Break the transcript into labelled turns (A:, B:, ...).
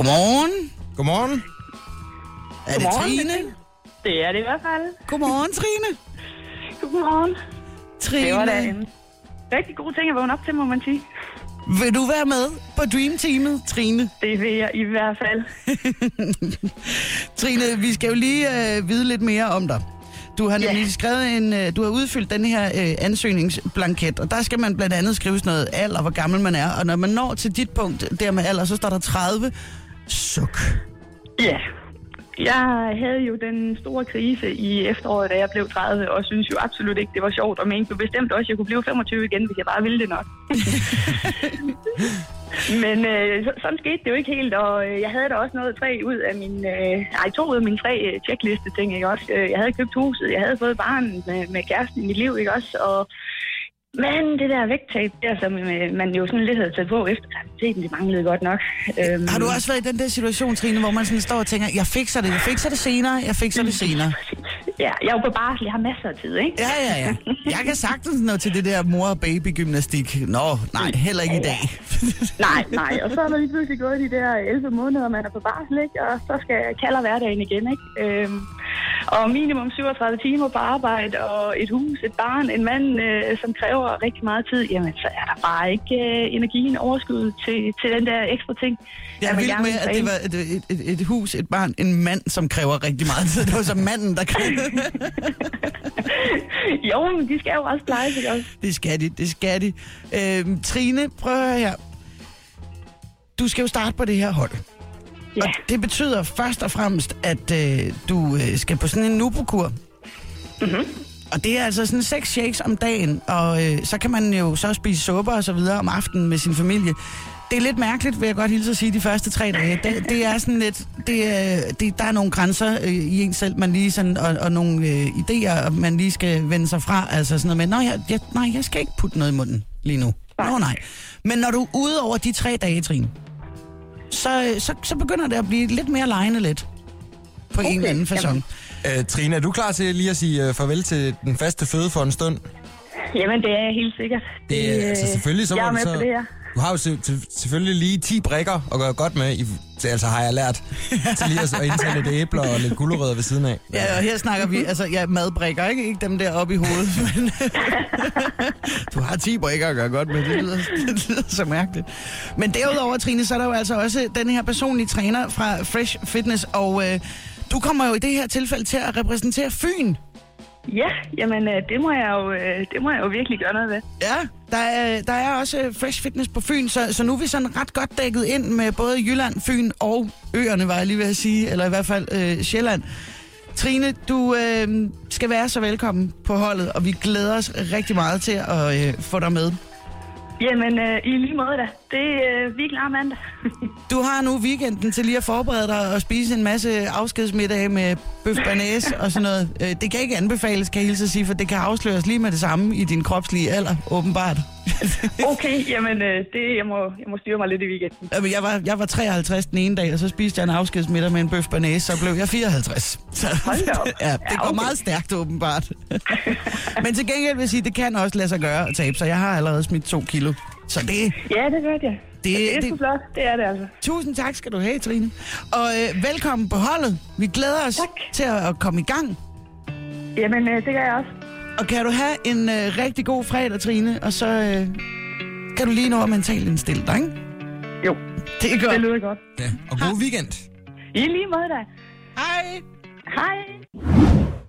A: Godmorgen.
B: Godmorgen.
A: Er det
C: Godmorgen,
A: Trine?
C: Bettina. Det er det i hvert fald.
A: Godmorgen, Trine.
C: Godmorgen. Det var da
A: Trine,
C: en rigtig god ting at vågne op til, må man sige.
A: vil du være med på Dream Teamet, Trine?
C: Det vil jeg i hvert fald.
A: Trine, vi skal jo lige øh, vide lidt mere om dig. Du har nemlig
C: Ja.
A: skrevet en, øh, du har udfyldt den her øh, ansøgningsblanket, og der skal man blandt andet skrive sådan noget alder, hvor gammel man er, og når man når til dit punkt der med alder, så står der 30. Suk.
C: Ja. Jeg havde jo den store krise i efteråret, da jeg blev 30, og synes jo absolut ikke, det var sjovt, og mente jo bestemt også, at jeg kunne blive 25 igen, hvis jeg bare ville det nok. Men øh, så- sådan skete det jo ikke helt, og øh, jeg havde da også noget tre ud af min, øh, ej, to ud af mine tre øh, checkliste ting, ikke også? Øh, Jeg havde købt huset, jeg havde fået barn med, med kæresten i mit liv, ikke også? Og, men det der vægttab der, som øh, man jo sådan lidt havde taget på efter graviditeten, det manglede godt nok. Øhm,
A: Har du også været i den der situation, Trine, hvor man sådan står og tænker, jeg fikser det, jeg fikser det senere, jeg fikser
C: Mm.
A: det senere?
C: Ja, jeg er jo på barsel, jeg har masser af tid, ikke?
A: Ja, ja, ja. Jeg kan sagtens nå til det der mor-baby-gymnastik. Nå, nej, heller ikke i dag.
C: Nej, nej, og så er der lige pludselig gået de der 11 måneder, man er på barsel, ikke? Og så skal jeg kalder hverdagen igen, ikke? Øhm, og minimum 37 timer på arbejde, og et hus, et barn, en mand, øh, som kræver rigtig meget tid, jamen så er der bare ikke øh, energien overskud til, til den der ekstra ting.
A: Jeg er
C: man
A: vild
C: gerne
A: med,
C: vil
A: at det
C: træne.
A: var et, et, et, et hus, et barn, en mand, som kræver rigtig meget tid. Det var så manden, der kræver.
C: jo, men de skal jo også plejes, ikke også?
A: Det skal de, det skal de. Øhm, Trine, prøv at høre her. Du skal jo starte på det her hold.
C: Ja,
A: Det betyder først og fremmest, at øh, du øh, skal på sådan en nubokur. Mm-hmm. Og det er altså sådan seks shakes om dagen, og øh, så kan man jo så spise supper og så videre om aftenen med sin familie. Det er lidt mærkeligt, vil jeg godt hilse at sige, de første tre dage. Det, det er sådan lidt, det, er- det, der er nogle grænser øh, i en selv, man lige sådan, og, og nogle øh, idéer, man lige skal vende sig fra. Altså sådan noget med, nej jeg, jeg, nej, jeg skal ikke putte noget i munden lige nu. Nå nej. Men når du er ude over de tre dage, Trine, så, så, så begynder det at blive lidt mere lejende lidt. På okay. en eller anden façon.
B: Øh, Trine, er du klar til lige at sige øh, farvel til den faste føde for en stund?
C: jamen det er jeg helt sikkert.
B: Det, øh, altså selvfølgelig, så
C: jeg
B: må
C: er
B: du
C: med
B: så...
C: på det her.
B: Du har jo se- til- selvfølgelig lige 10 brikker at gøre godt med, i, til, altså har jeg lært, til lige at, at indtage lidt æbler og lidt gulerødder ved siden af.
A: Ja, og her snakker vi, altså, ja, madbrikker, ikke? Ikke dem der oppe i hovedet, men... du har 10 brikker at gøre godt med, det lyder, det lyder så mærkeligt. Men derudover, Trine, så er der jo altså også den her personlige træner fra Fresh Fitness, og øh, du kommer jo i det her tilfælde til at repræsentere Fyn.
C: Ja, jamen øh, det må jeg jo, øh, det må jeg jo virkelig gøre noget ved.
A: Ja, der er, der er også øh, Fresh Fitness på Fyn, så, så nu er vi sådan ret godt dækket ind med både Jylland, Fyn og øerne, var jeg lige ved at sige, eller i hvert fald øh, Sjælland. Trine, du øh, skal være så velkommen på holdet, og vi glæder os rigtig meget til at øh, få dig med.
C: Jamen, øh, i lige måde da. Det er øh, vi er klar mandag.
A: Du har nu weekenden til lige at forberede dig og spise en masse afskedsmiddage med bøf banæse og sådan noget. Øh, Det kan ikke anbefales, kan jeg hilse at sige, for det kan afsløres lige med det samme i din kropslige alder, åbenbart.
C: Okay, jamen, øh, det, jeg, må, jeg må styre mig lidt i weekenden.
A: Jamen, jeg var, jeg var 53 den ene dag, og så spiste jeg en afskedsmiddag med en bøf banæs, så blev jeg 54. Så,
C: Hold da op.
A: ja, det
C: Ja,
A: går
C: okay.
A: meget stærkt åbenbart. Men til gengæld vil jeg sige, det kan også lade sig gøre at tabe, så jeg har allerede smidt to kilo. Så det,
C: Ja, det hørte jeg.
A: Det-
C: Så det er
A: det-
C: sgu flot. Det er det altså.
A: tusind tak skal du have, Trine. Og øh, velkommen på holdet. Vi glæder os
C: Tak.
A: til at, at komme i gang.
C: Jamen, øh, det gør jeg også.
A: Og kan du have en øh, rigtig god fredag, Trine, og så øh, kan du lige nå at mentalt indstille dig, ikke?
C: Jo,
A: Det er
C: det
A: godt.
C: lyder godt.
B: Ja, og god weekend.
C: I lige måde da.
A: Hej!
C: Hej.